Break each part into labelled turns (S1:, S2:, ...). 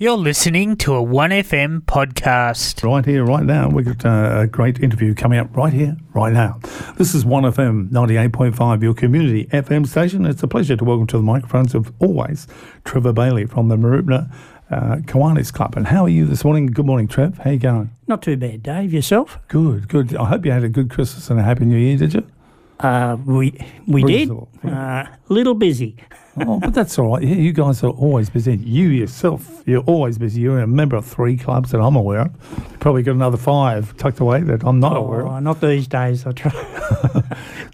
S1: You're listening to a 1FM podcast.
S2: Right here, right now. We've got uh, a great interview coming up right here, right now. This is 1FM 98.5, your community FM station. It's a pleasure to welcome to the microphones of always Trevor Bailey from the Maroubra uh, Kiwanis Club. And how are you this morning? Good morning, Trev. How you going?
S3: Not too bad, Dave. Yourself?
S2: Good, good. I hope you had a good Christmas and a Happy New Year, did you?
S3: Uh, we we did. Uh,
S2: Reasonable,
S3: A little busy.
S2: oh, but that's all right. Yeah, you guys are always busy. You yourself, you're always busy. You're a member of three clubs that I'm aware of. Probably got another five tucked away that I'm not aware of.
S3: Oh, not these days. I try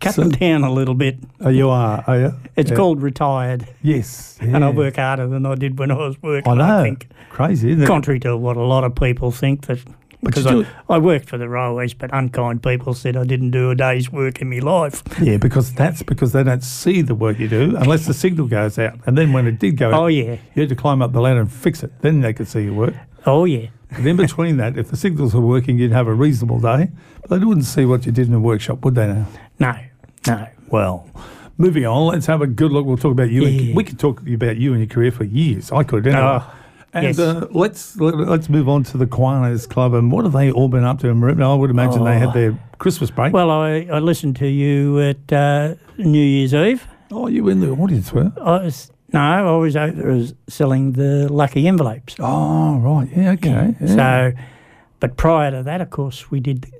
S3: cut them down a little bit.
S2: Oh, you are, are you?
S3: It's
S2: Yeah.
S3: called retired,
S2: Yes.
S3: and I
S2: yeah.
S3: work harder than I did when I was working.
S2: I know.
S3: think.
S2: Crazy, isn't it?
S3: Contrary to what a lot of people think that.
S2: But you
S3: Because I,
S2: do it-
S3: I worked for the railways, but unkind people said I didn't do a day's work in my life.
S2: yeah, because that's because they don't see the work you do unless the signal goes out. And then when it did go out,
S3: Oh yeah,
S2: you had to climb up the ladder and fix it. Then they could see your work.
S3: oh yeah.
S2: And in between that, if the signals were working, you'd have a reasonable day. But they wouldn't see what you did in the workshop, would they now?
S3: No, no.
S2: Well, moving on, let's have a good look. We'll talk about you. and-
S3: Yeah.
S2: we could talk about you and your career for years. I could. Anyway.
S3: Oh,
S2: and
S3: yes.
S2: uh, let's let, let's move on to the Kiwanis Club. And what have they all been up to in Maroubra? I would imagine they had their Christmas break.
S3: Well, I, I listened to you at uh, New Year's Eve.
S2: oh, you were in the audience, were? you?
S3: I was, no, I was out there as selling the lucky envelopes.
S2: Oh, right. Yeah. Okay. yeah.
S3: So, but prior to that, of course, we did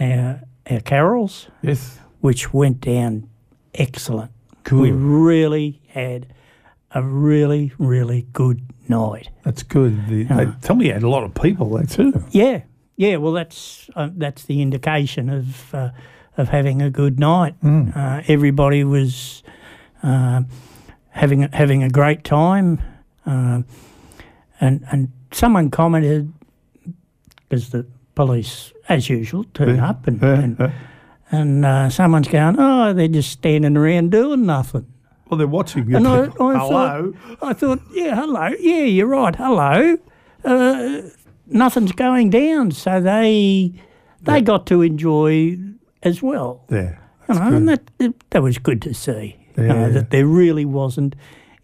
S3: our, our carols,
S2: yes.
S3: which went down excellent. We
S2: Good.
S3: really had a really, really good night.
S2: That's good. The, they tell me you had a lot of people there too.
S3: Yeah, yeah. Well, that's uh, that's the indication of uh, of having a good night. Uh, everybody was uh, having having a great time, Um and and someone commented because the police, as usual, turn
S2: Yeah,
S3: up and
S2: yeah,
S3: and,
S2: yeah.
S3: and uh, someone's going, oh, they're just standing around doing nothing.
S2: Well, they're watching you.
S3: And I, I
S2: people. Hello.
S3: thought, I thought, yeah, hello, yeah, you're right, hello. Uh, nothing's going down, so they they got to enjoy as well.
S2: There.
S3: You know, and that that was good to see. you know,
S2: Yeah.
S3: that there really wasn't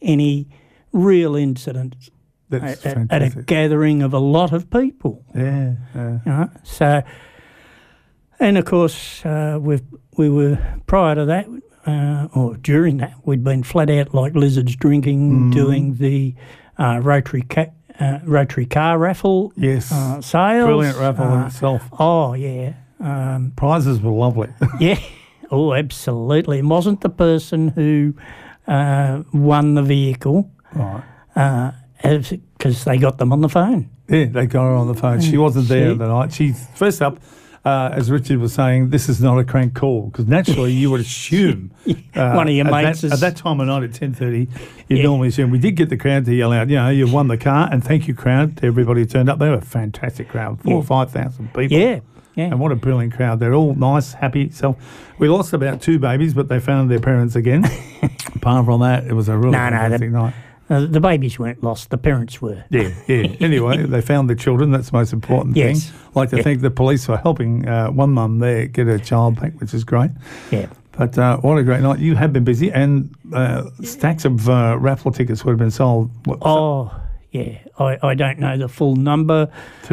S3: any real incidents
S2: That's
S3: at, at- at a
S2: fantastic.
S3: gathering of a lot of people.
S2: yeah. yeah.
S3: You know, so, and of course, uh, we we were prior to that, uh, or during that, we'd been flat out like lizards
S2: Mm-hmm.
S3: drinking, doing the uh, Rotary ca- uh, Rotary car raffle
S2: Yes.
S3: uh, sales.
S2: Brilliant raffle in
S3: Uh,
S2: itself.
S3: oh yeah, um,
S2: Prizes were lovely.
S3: yeah. Oh, absolutely. And wasn't the person who uh, won the vehicle
S2: right.
S3: because they got them on the phone.
S2: Yeah, they got her on the phone. She wasn't there
S3: Mm. she-
S2: the night. She first up, uh, as Richard was saying, this is not a crank call because naturally you would assume uh,
S3: One of your
S2: at
S3: mates
S2: that,
S3: is-
S2: at that time of night at ten thirty. You normally assume we did get the crowd to yell out. You know, you won the car and thank you crowd to everybody who turned up. They were a fantastic crowd, four or five thousand people.
S3: Yeah, yeah.
S2: And what a brilliant crowd. They're all nice, happy. So we lost about two babies, but they found their parents again. Apart from that, it was a really
S3: No, no, the-
S2: fantastic night.
S3: Uh, the babies weren't lost. The parents were.
S2: Yeah, yeah. Anyway, they found the children. That's the most important
S3: Yes.
S2: thing. Like to thank the police for helping uh, one mum there get her child back, which is great.
S3: Yeah.
S2: But uh, what a great night. You have been busy, and uh, stacks of uh, raffle tickets would have been sold. What,
S3: Oh, yeah. I, I don't know the full number.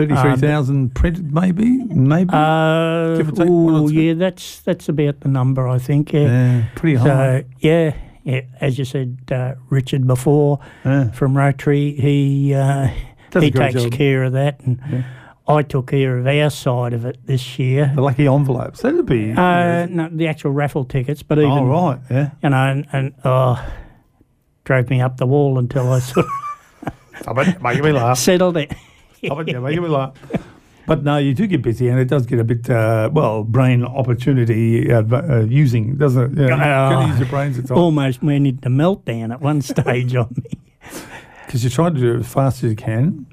S2: 33,000 printed, maybe? Maybe?
S3: um, Uh,
S2: Give or take one or
S3: ooh,
S2: two.
S3: yeah, that's that's about the number I think. Yeah.
S2: yeah, pretty high.
S3: So yeah, yeah. As you said, uh, Richard before
S2: Yeah.
S3: from Rotary, he uh,
S2: Does a
S3: he
S2: great
S3: takes
S2: job.
S3: care of that, and I took care of our side of it this year.
S2: the lucky envelopes. That'd be.
S3: Uh, no, the actual raffle tickets, but even
S2: oh, right. Yeah.
S3: you know, and, and oh, drove me up the wall until I sort of
S2: Stop it. Making me laugh.
S3: settled it.
S2: Stop it. You're making me laugh. But no, you do get busy, and it does get a bit uh, well brain opportunity uh, v- uh, using, doesn't it? Yeah, Uh, you gotta
S3: Oh.
S2: use your brains at times
S3: almost went into meltdown at one stage on me.
S2: because you try to do it as fast as you can.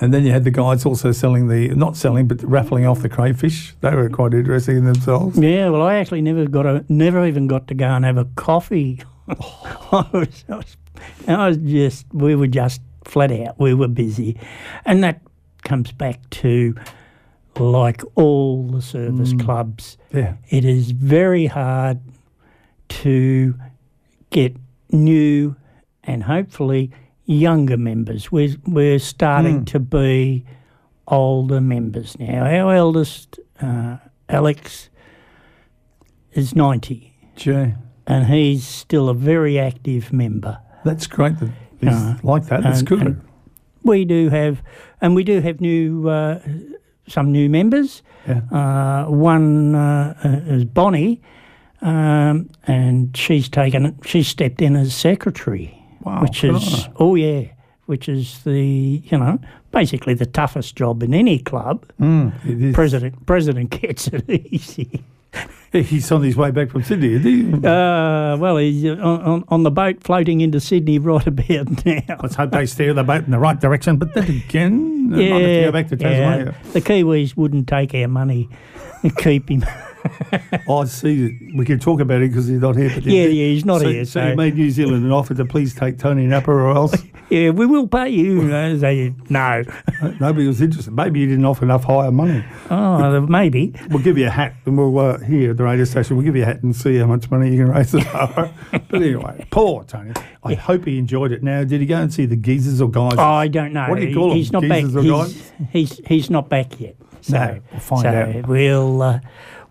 S2: And then you had the guys also selling the not selling but raffling off the crayfish. They were quite interesting in themselves.
S3: Yeah, well, I actually never got a, never even got to go and have a coffee. I, was, I was, I was just, we were just flat out, we were busy, and that comes back to like all the service clubs,
S2: Yeah,
S3: it is very hard to get new and hopefully younger members. We're, we're starting to be older members now. Our eldest, uh, Alex, is 90
S2: Gee,
S3: and he's still a very active member.
S2: that's great. That he's
S3: Uh,
S2: like that. That's
S3: and-
S2: good.
S3: and- We do have, and we do have new, uh, some new members.
S2: yeah.
S3: Uh, one uh, uh, is Bonnie, um, and she's taken, she stepped in as secretary,
S2: Wow.
S3: which
S2: good
S3: is,
S2: on
S3: oh yeah, which is the, you know, basically the toughest job in any club.
S2: her. Mm, it is.
S3: President, president gets it easy.
S2: He's on his way back from Sydney, is he?
S3: Uh, well, he's on, on, on the boat floating into Sydney right about now.
S2: Let's hope they steer the boat in the right direction. But then again, they might have to go back to Tasmania.
S3: The Kiwis wouldn't take our money and keep him.
S2: I see. We can talk about it because he's not here. But
S3: Yeah, yeah, he's not
S2: so,
S3: here,
S2: So, you
S3: so-
S2: made New Zealand an offer to please take Tony Napper or else
S3: yeah, we will pay you. you know, they- no.
S2: uh, nobody was interested. Maybe you didn't offer enough higher money.
S3: Oh, maybe.
S2: We'll give you a hat and we'll, uh, here at the radio station, we'll give you a hat and see how much money you can raise tomorrow. but anyway, poor Tony. I hope he enjoyed it. Now, did he go and see the geezers or guys?
S3: I don't know.
S2: What do you call
S3: he's
S2: him?
S3: Not back.
S2: Jesus or
S3: He's, he's he's not back yet. So,
S2: No, we'll find
S3: so
S2: out.
S3: We'll uh,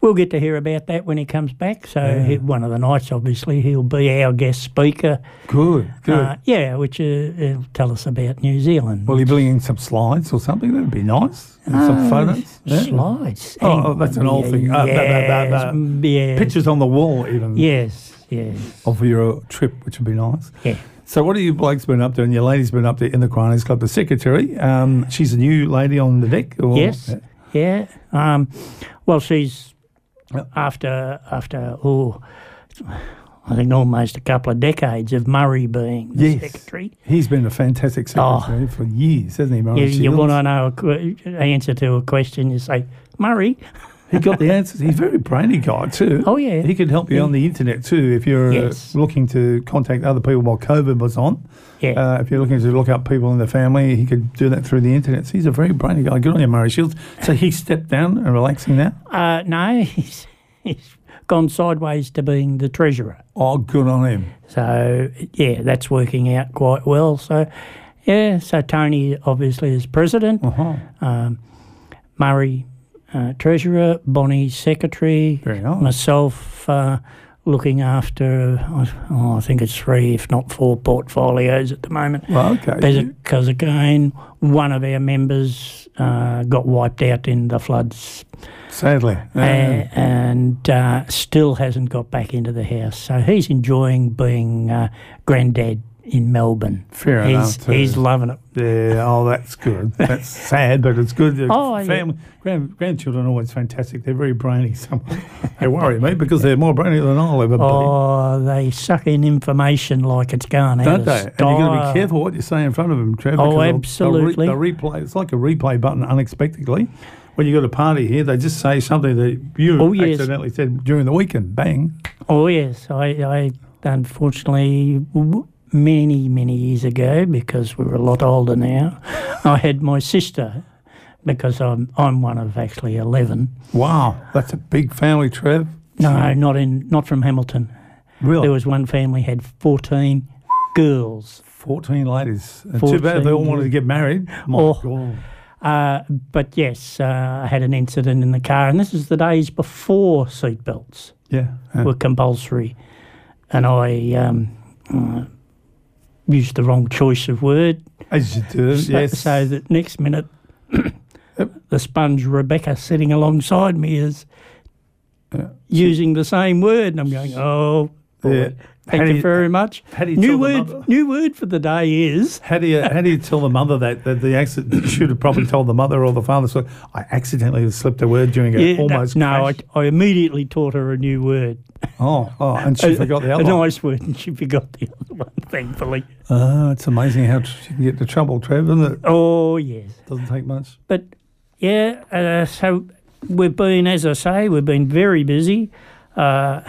S3: we'll get to hear about that when he comes back. So he- one of the nights, obviously, he'll be our guest speaker.
S2: Good, good.
S3: Uh, yeah, which uh, he'll tell us about New Zealand.
S2: Will you bring in some slides or something? That'd be nice. And some photos. Yeah.
S3: Oh, Slides.
S2: Oh,
S3: Hang
S2: oh, that's an
S3: on.
S2: old
S3: Yeah,
S2: thing. Uh, that- that- that- that.
S3: yes, yes,
S2: Pictures on the wall, even,
S3: Yes, yes,
S2: of your trip, which would be nice.
S3: yeah.
S2: So, what have you blokes been up to? And your lady's been up to in the Cranes Club, the secretary. Um, she's a new lady on the deck. Or,
S3: Yes, yeah. Um, well, she's after after oh, I think almost a couple of decades of Murray being the
S2: Yes.
S3: secretary.
S2: He's been a fantastic
S3: Oh.
S2: secretary for years, hasn't he, Murray?
S3: You,
S2: Oh, She
S3: you
S2: looks-
S3: want to know a qu- answer to a question? You say Murray.
S2: He got the answers. He's a very brainy guy, too.
S3: Oh, yeah.
S2: He could help you on the internet, too, if you're uh,
S3: Yes.
S2: looking to contact other people while COVID was on.
S3: Yeah.
S2: Uh, if you're looking to look up people in the family, he could do that through the internet. So he's a very brainy guy. Good on you, Murray Shields. So he stepped down and relaxing now.
S3: Uh, no, he's he's gone sideways to being the treasurer.
S2: Oh, good on him.
S3: So yeah, that's working out quite well. So yeah, so Tony obviously is president.
S2: Uh-huh.
S3: Um, Murray, uh, treasurer, Bonnie, secretary,
S2: Very nice.
S3: myself, uh, looking after, uh, oh, I think it's three, if not four portfolios at the moment.
S2: Well, okay.
S3: Because again, one of our members uh, got wiped out in the floods
S2: Sadly. uh,
S3: a- and uh, still hasn't got back into the house. So he's enjoying being uh, granddad in Melbourne.
S2: Fair
S3: he's,
S2: enough, too.
S3: He's loving it.
S2: Yeah, oh, that's good. That's sad, but it's good.
S3: Oh, yeah.
S2: Family, grand, grandchildren are always fantastic. They're very brainy. Some they worry me because they're more brainy than I'll ever be.
S3: Oh, they suck in information like it's going out
S2: Don't
S3: of
S2: they? And you've got to
S3: style.
S2: be careful what you say in front of them, Trevor.
S3: Oh,
S2: 'cause they'll-
S3: absolutely.
S2: They'll, re- they'll replay. It's like a replay button unexpectedly. When you've got a party here, they just say something that you
S3: Oh, yes.
S2: accidentally said during the weekend. Bang.
S3: Oh yes, I, I unfortunately w- many many years ago because we were a lot older now, I had my sister because I'm I'm one of actually eleven.
S2: Wow, that's a big family, Trev.
S3: No, not in not from Hamilton.
S2: Really?
S3: There was one family had fourteen girls.
S2: 14 ladies. And Too bad they
S3: 14,
S2: all wanted to get married. My
S3: Oh.
S2: God.
S3: Uh, but yes, uh, I had an incident in the car, and this is the days before seatbelts.
S2: Yeah. Uh, yeah.
S3: were compulsory, and I um, uh, used the wrong choice of word.
S2: As you do,
S3: So,
S2: yes.
S3: so that next minute,
S2: Yep.
S3: the sponge Rebecca sitting alongside me is
S2: Yeah.
S3: using the same word, and I'm going, oh. boy,
S2: Yeah. How
S3: Thank
S2: do
S3: you,
S2: you-
S3: very much.
S2: how do you tell
S3: new
S2: the
S3: word,
S2: mother?
S3: new word for the day is
S2: How do you how do you tell the mother that that the accident you should have probably told the mother or the father? So I accidentally slipped a word during a
S3: Yeah, no-
S2: almost.
S3: no. I,
S2: crash."
S3: I immediately taught her a new word,
S2: oh, oh, and she forgot the
S3: a
S2: other. one.
S3: nice word, and she forgot the other one. Thankfully,
S2: Oh, it's amazing how tr- you can get into trouble, Trev. Isn't it?
S3: oh yes.
S2: Doesn't take much.
S3: but yeah, uh, so we've been, as I say, we've been very busy, uh,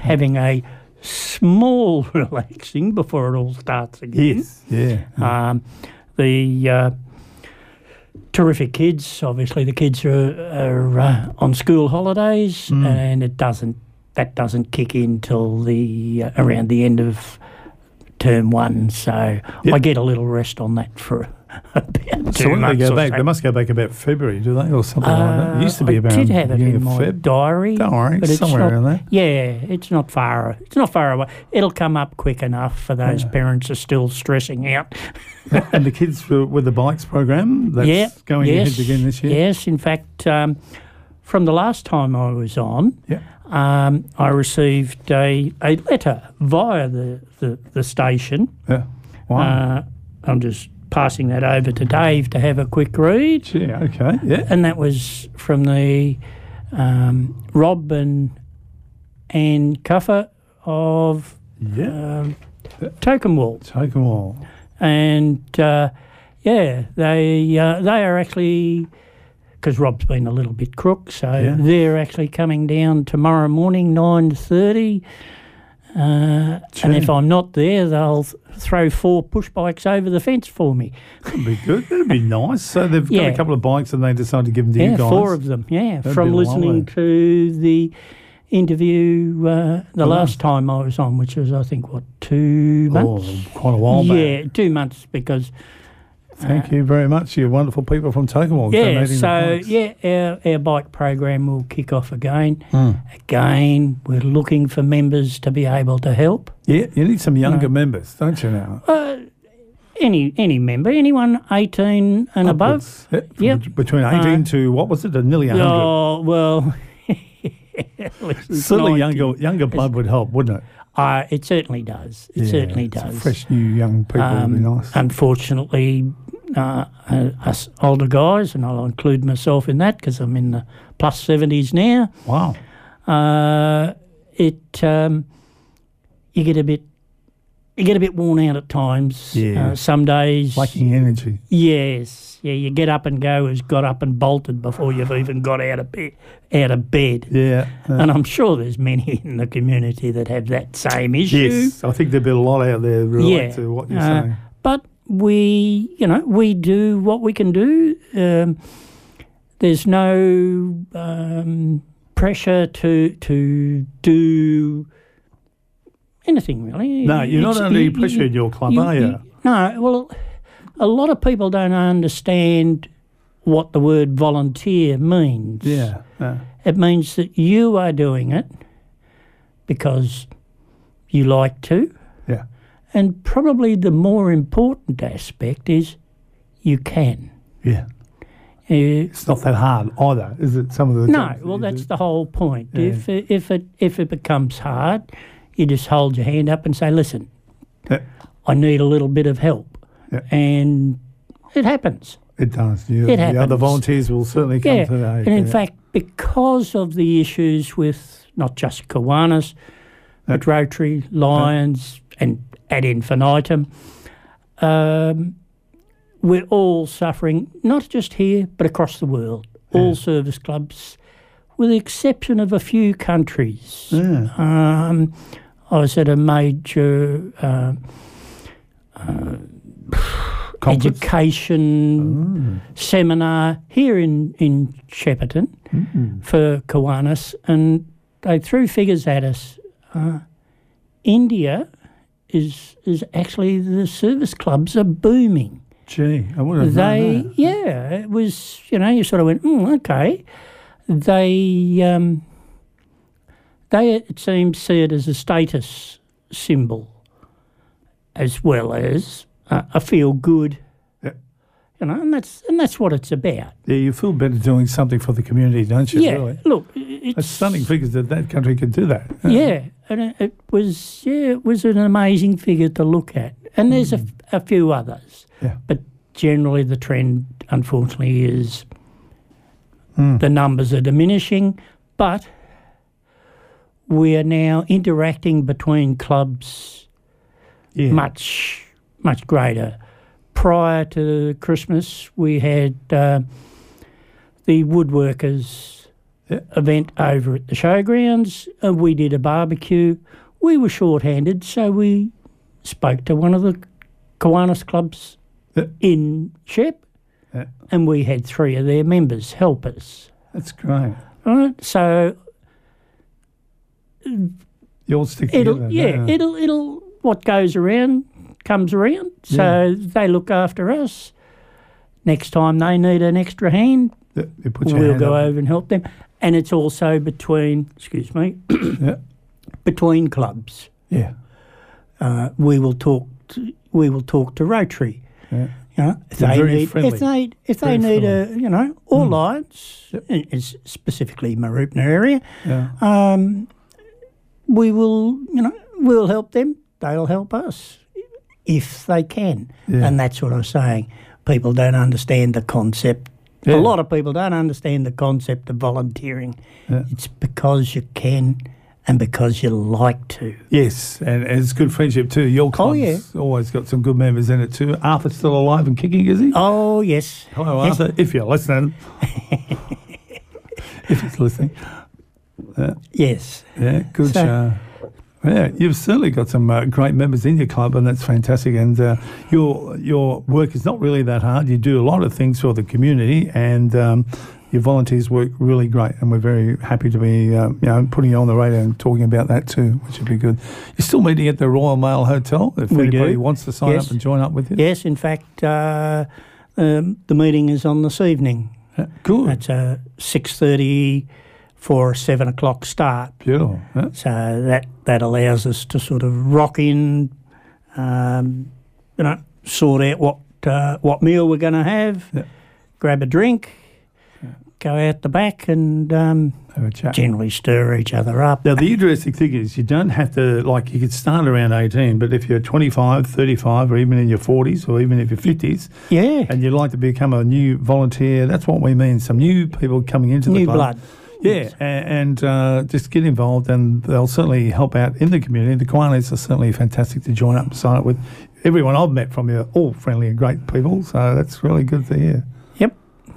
S3: having a small relaxing before it all starts again.
S2: Yeah.
S3: Um, the uh, terrific kids, obviously, the kids are, are uh, on school holidays,
S2: Hmm.
S3: and it doesn't that doesn't kick in till the uh, around the end of term one, so
S2: Yep.
S3: I get a little rest on that for about
S2: So
S3: two
S2: when they
S3: months.
S2: go
S3: or
S2: back,
S3: so.
S2: they must go back about February, do they, or something like that?
S3: Uh,
S2: It used to be
S3: I
S2: about
S3: did have it
S2: beginning
S3: in
S2: of
S3: my
S2: Feb.
S3: diary.
S2: Don't worry,
S3: but
S2: it's
S3: it's
S2: somewhere
S3: not-
S2: around there.
S3: Yeah, it's not far. It's not far away. It'll come up quick enough for those parents are still stressing out.
S2: and the kids for, with the bikes program that's
S3: yeah,
S2: going
S3: yes,
S2: ahead again this year.
S3: Yes, in fact, um, from the last time I was on,
S2: Yeah.
S3: um, I received a, a letter via the, the, the station.
S2: Yeah. Wow.
S3: Uh, I'm just passing that over to Dave to have a quick read.
S2: Gee, okay. Yeah.
S3: And that was from the um, Rob and Ann Cuffer of
S2: Yeah.
S3: um, Tokenwall.
S2: Take them all.
S3: and uh, yeah, they uh, they are actually because Rob's been a little bit crook, so
S2: Yeah.
S3: they're actually coming down tomorrow morning nine thirty. Uh, and if
S2: Gee.
S3: I'm not there, they'll th- throw four push bikes over the fence for me.
S2: That'd be good. That'd be nice. So they've got
S3: Yeah.
S2: a couple of bikes and they decide to give them to
S3: yeah,
S2: you guys.
S3: four of them. Yeah,
S2: That'd
S3: from
S2: be lovely.
S3: listening to the interview uh, the last time I was on, which was I think what two months.
S2: Oh, quite a while
S3: eh? yeah,
S2: back.
S3: two months because uh,
S2: Thank you very much. You wonderful people from Tokemall.
S3: Yeah,
S2: donating the
S3: so
S2: bikes.
S3: yeah, our, our bike program will kick off again.
S2: Mm.
S3: Again, we're looking for members to be able to help.
S2: Yeah, you need some younger members, don't you now?
S3: Uh, Any any member, anyone eighteen and
S2: Upwards.
S3: above.
S2: Yeah, from
S3: Yep. Uh,
S2: bet- Between 18 to, what was it, uh, nearly 100.
S3: Oh well, at least it's
S2: Certainly
S3: 90.
S2: younger younger blood would help, wouldn't it?
S3: Uh, it certainly does. It
S2: Yeah,
S3: certainly
S2: some
S3: does.
S2: Fresh new young people would be
S3: Um,
S2: nice.
S3: Unfortunately, uh, uh, us older guys, and I'll include myself in that because I'm in the plus seventies now.
S2: wow.
S3: uh, it um, you get a bit you get a bit worn out at times.
S2: Yeah.
S3: Uh, some days,
S2: Lacking energy.
S3: yes, yeah, you get up and go has got up and bolted before you've even got out of bed. Out of bed,
S2: Yeah. uh,
S3: and I'm sure there's many in the community that have that same issue.
S2: yes. I think there'd be a lot out there related
S3: Yeah.
S2: to what you're
S3: Uh,
S2: saying.
S3: But we, you know, we do what we can do. Um, there's no um, pressure to to do anything really.
S2: No, you're not
S3: It's-
S2: under
S3: you-
S2: pressure in your club,
S3: you-
S2: are you?
S3: No. Well, a lot of people don't understand what the word volunteer means.
S2: Yeah. Uh, yeah.
S3: It means that you are doing it because you like to.
S2: Yeah.
S3: And probably the more important aspect is you can.
S2: Yeah.
S3: Uh,
S2: It's not that hard either, is it? Some of the
S3: no,
S2: jobs that
S3: well,
S2: you
S3: that's
S2: do?
S3: the whole point. If, it- if, it, if it becomes hard, you just hold your hand up and say, listen,
S2: Yeah,
S3: I need a little bit of help.
S2: Yeah.
S3: And it happens.
S2: it does. You,
S3: It
S2: The other
S3: happens.
S2: volunteers will certainly come
S3: yeah.
S2: to that.
S3: and in fact, because of the issues with not just Kiwanis, but Rotary, Lions, and ad infinitum, um, we're all suffering, not just here, but across the world. All service clubs, with the exception of a few countries.
S2: yeah.
S3: Um, I was at a major uh,
S2: Conference. Mm-hmm.
S3: education seminar here in, in Shepparton
S2: Mm.
S3: for Kiwanis, and they threw figures at us. Uh, India is is actually the service clubs are booming.
S2: Gee, I would have
S3: They
S2: known that.
S3: yeah, it was you know you sort of went mm, okay. They um, they it seems see it as a status symbol as well as uh, a feel good.
S2: Yeah.
S3: You know, and that's and that's what it's about.
S2: Yeah, you feel better doing something for the community, don't you?
S3: Yeah,
S2: Really?
S3: look, it's
S2: It's stunning figures that that country could do that.
S3: Yeah, and it, it was yeah, it was an amazing figure to look at, and there's a f a a few others,
S2: Yeah.
S3: but generally the trend, unfortunately, is the numbers are diminishing, but we are now interacting between clubs
S2: Yeah.
S3: much much greater. Prior to Christmas, we had uh, the woodworkers uh,
S2: Yeah.
S3: event over at the showgrounds. Uh, we did a barbecue. We were shorthanded, so we spoke to one of the Kiwanis clubs
S2: Yeah.
S3: in Shep,
S2: Yeah.
S3: and we had three of their members help us.
S2: That's great.
S3: Right, so
S2: You all stick
S3: it'll
S2: together.
S3: yeah,
S2: don't you?
S3: it'll it'll what goes around comes around. So they look after us. Next time they need an extra hand,
S2: It, it puts your
S3: we'll
S2: hand
S3: go
S2: up.
S3: over and help them. And it's also between, excuse me,
S2: Yeah.
S3: between clubs.
S2: Yeah.
S3: Uh, we will talk. To, we will talk to Rotary.
S2: Yeah.
S3: You know, if
S2: They're
S3: they
S2: very
S3: need,
S2: friendly.
S3: if they if
S2: Very Hmm.
S3: they need a you know all Lions,
S2: Yep.
S3: and it's specifically Maroopna area,
S2: Yeah.
S3: um, we will you know we'll help them. They'll help us if they can,
S2: Yeah.
S3: and that's what I'm saying. People don't understand the concept.
S2: Yeah.
S3: A lot of people don't understand the concept of volunteering.
S2: Yeah.
S3: It's because you can and because you like to.
S2: Yes, and it's good friendship too. Your
S3: Oh,
S2: club's always got some good members in it too. Arthur's still alive and kicking, is he?
S3: Oh yes,
S2: Hello,
S3: Yes.
S2: Arthur, if you're listening. if he's listening.
S3: yes.
S2: Yeah, good.
S3: So-
S2: uh, yeah, you've certainly got some uh, great members in your club, and that's fantastic. And uh, your your work is not really that hard. You do a lot of things for the community, and um, your volunteers work really great. And we're very happy to be um, you know putting you on the radio and talking about that too, which would be good. You're still meeting at the Royal Mail Hotel if
S3: We
S2: anybody
S3: do.
S2: wants to sign
S3: Yes.
S2: up and join up with you.
S3: Yes, in fact, uh, um, the meeting is on this evening.
S2: Yeah, Good,
S3: It's a six thirty for a seven o'clock start.
S2: beautiful. Yeah.
S3: So that that allows us to sort of rock in, um, you know, sort out what uh, what meal we're going to have,
S2: Yeah.
S3: grab a drink, go out the back, and um,
S2: Have a chat.
S3: generally stir each other up.
S2: Now, the interesting thing is you don't have to, like, you could start around 18, but if you're 25, 35, or even in your 40s, or even if you're 50s,
S3: Yeah,
S2: and you'd like to become a new volunteer, that's what we mean, some new people coming into the
S3: new
S2: club.
S3: blood.
S2: Yeah, a- and uh, just get involved, and they'll certainly help out in the community. The Kiwanis are certainly fantastic to join up and sign up with. Everyone I've met from you are all friendly and great people, so that's really good to hear.
S3: Yep.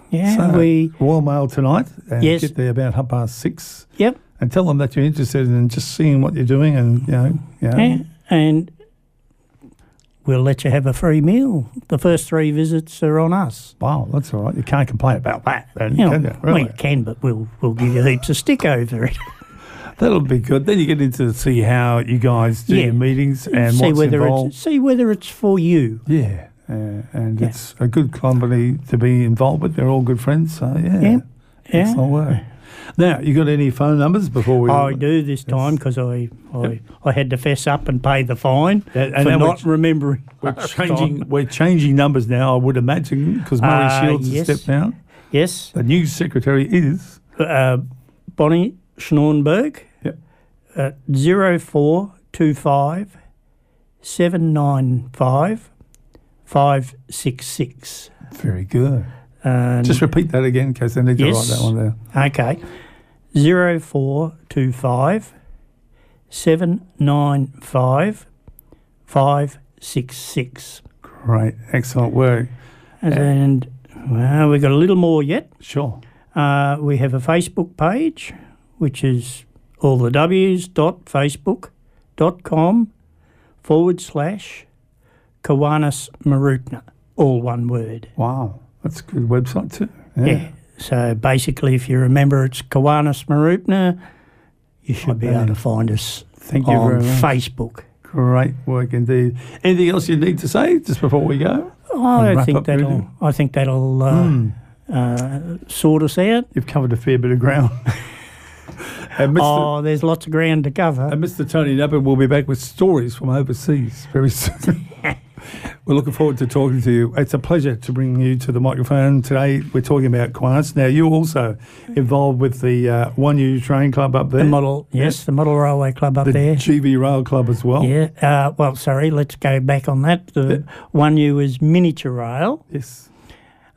S3: Yeah,
S2: So,
S3: we.
S2: Royal Mail tonight, and
S3: Yes.
S2: get there about half past six
S3: Yep.
S2: and tell them that you're interested in just seeing what you're doing and you know, you know.
S3: Yeah, and we'll let you have a free meal. The first three visits are on us.
S2: wow that's all right you can't complain about that then,
S3: You know,
S2: can you?
S3: well,
S2: Really?
S3: you can, but we'll we'll give you heaps of stick over it.
S2: that'll be good then you get into see how you guys do
S3: Yeah.
S2: your meetings and
S3: see
S2: what's
S3: whether
S2: involved
S3: it's see whether it's for you.
S2: yeah uh, and
S3: Yeah.
S2: it's a good company to be involved with they're all good friends so yeah,
S3: Yeah,
S2: It's
S3: Yeah, Oh,
S2: not work. now you got any phone numbers before we
S3: I do this time because I I, I had to fess up and pay the fine
S2: Yeah, and
S3: for
S2: then we-
S3: not remembering.
S2: we're
S3: last
S2: changing
S3: time.
S2: we're changing numbers now i would imagine because murray
S3: Uh,
S2: shields
S3: yes.
S2: has stepped down
S3: Yes,
S2: the new secretary is
S3: uh, Bonnie Schnornberg.
S2: Yep.
S3: at zero four two five seven nine five five six six.
S2: very good
S3: And
S2: Just repeat that again in case they need to
S3: Yes.
S2: write that one down.
S3: okay, zero four two five seven nine five five six six.
S2: Great, excellent work.
S3: And well, we've got a little more yet.
S2: Sure.
S3: Uh, we have a Facebook page, which is all the W's dot Facebook dot com forward slash Kiwanis Marutna, all one word.
S2: Wow, that's a good website too.
S3: Yeah. So basically, if you remember, it's Kiwanis Marutna. You should be able to find us
S2: Thank you
S3: on
S2: very much.
S3: Facebook.
S2: Oh, Great work indeed. Anything else you need to say just before we go?
S3: I
S2: And wrap
S3: think
S2: up, Hmm. really.
S3: that'll. I think that'll uh, uh, sort us out.
S2: You've covered a fair bit of ground. and, Mr.
S3: Oh, there's lots of ground to cover.
S2: and Mr. Uh, Tony Nappin will be back with stories from overseas very soon. We're looking forward to talking to you. It's a pleasure to bring you to the microphone today. We're talking about Quans. Now, you're also involved with the uh, One U Train Club up there.
S3: The model, yes, the model railway club up
S2: the
S3: there.
S2: GB Rail Club as well.
S3: Yeah. Uh, well, sorry. Let's go back on that. The one you is miniature rail,
S2: Yes.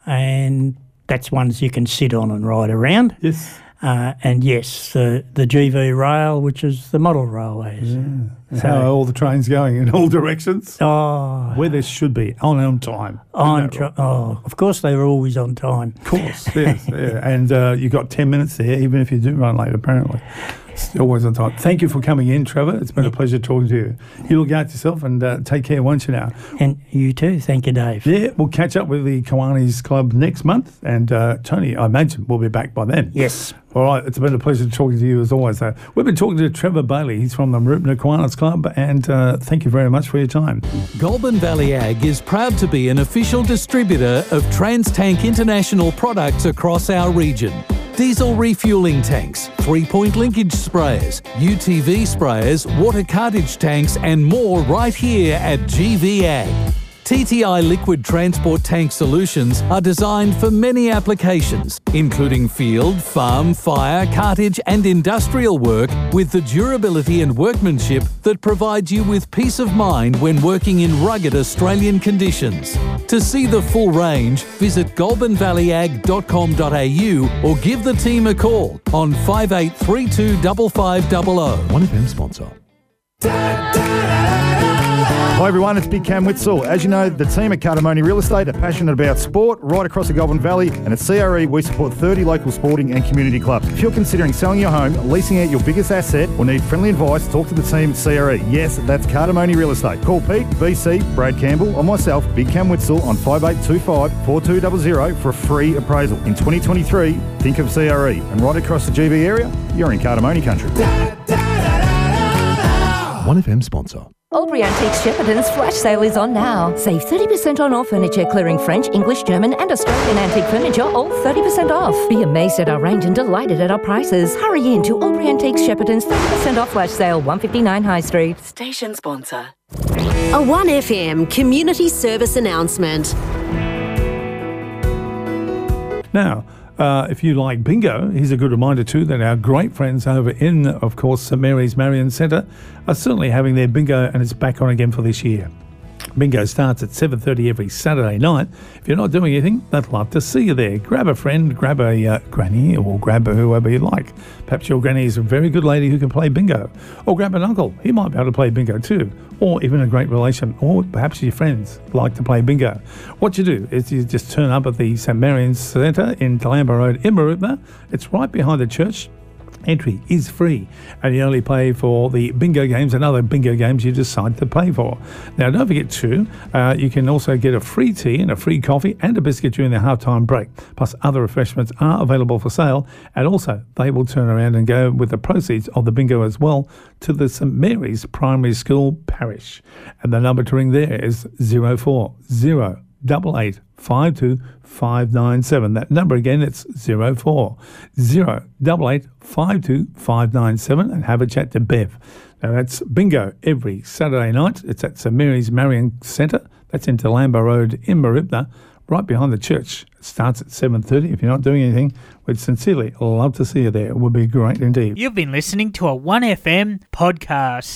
S3: and that's ones you can sit on and ride around.
S2: Yes.
S3: Uh, and yes, the the GV rail, which is the model railways.
S2: How are all the trains going in all directions?
S3: Oh,
S2: Where they should be, on on time.
S3: I'm tr- oh, of course they were always on time.
S2: Of course, yes. yeah. And uh, you got 10 minutes there, even if you do run late, apparently. Still wasn't time. Thank you for coming in, Trevor. It's been a pleasure talking to you. You look out yourself and uh, take care once you now.
S3: And you too. Thank you, Dave.
S2: Yeah, we'll catch up with the Kiwanis Club next month. And uh, Tony, I imagine we'll be back by then.
S3: Yes.
S2: All right, it's been a pleasure talking to you as always. Though. We've been talking to Trevor Bailey. He's from the Marupna Kiwanis Club. And uh, thank you very much for your time.
S4: Goulburn Valley Ag is proud to be an official distributor of TransTank International products across our region. Diesel refueling tanks, three point linkage sprayers, UTV sprayers, water cartage tanks, and more right here at GV Ag. TTI liquid transport tank solutions are designed for many applications, including field, farm, fire, cartage, and industrial work, with the durability and workmanship that provides you with peace of mind when working in rugged Australian conditions. To see the full range, visit goulburnvalleyag.com.au or give the team a call on 5832 5500. 1FM sponsor.
S5: Hi everyone, it's Big Cam Witzel. As you know, the team at Cardamone Real Estate are passionate about sport right across the Goulburn Valley, and at CRE we support 30 local sporting and community clubs. If you're considering selling your home, leasing out your biggest asset, or need friendly advice, talk to the team at CRE. Yes, that's Cardamone Real Estate. Call Pete, BC, Brad Campbell, or myself, Big Cam Witzel, on 5825 4200 for a free appraisal. In 2023, think of CRE, and right across the GB area, you're in Cardamone country.
S4: 1FM sponsor.
S6: Albury Antiques Shepparton's flash sale is on now. Save 30% on all furniture, clearing French, English, German, and Australian antique furniture, all 30% off. Be amazed at our range and delighted at our prices. Hurry in to Albury Antiques Shepparton's 30% off flash sale, 159 High Street.
S7: Station sponsor.
S8: A 1FM community service announcement.
S2: Now, uh, if you like bingo, here's a good reminder too that our great friends over in, of course, St Mary's Marion Centre are certainly having their bingo, and it's back on again for this year. Bingo starts at 7:30 every Saturday night. If you're not doing anything, they'd love to see you there. Grab a friend, grab a uh, granny, or grab whoever you like. Perhaps your granny is a very good lady who can play bingo, or grab an uncle. He might be able to play bingo too, or even a great relation, or perhaps your friends like to play bingo. What you do is you just turn up at the St Mary's Centre in Talamba Road in Maroubra. It's right behind the church. Entry is free, and you only pay for the bingo games and other bingo games you decide to pay for. Now, don't forget too, uh, you can also get a free tea and a free coffee and a biscuit during the halftime break. Plus, other refreshments are available for sale, and also they will turn around and go with the proceeds of the bingo as well to the St Mary's Primary School Parish. And the number to ring there is 040 double eight five two five nine seven. That number again, it's zero four zero double eight five two five nine seven, and have a chat to Bev. Now that's bingo every Saturday night. It's at St Mary's Marion Centre. That's in Talamba Road in Maribna, right behind the church. It starts at seven thirty. If you're not doing anything, we'd sincerely love to see you there. It would be great indeed.
S1: You've been listening to a 1FM podcast.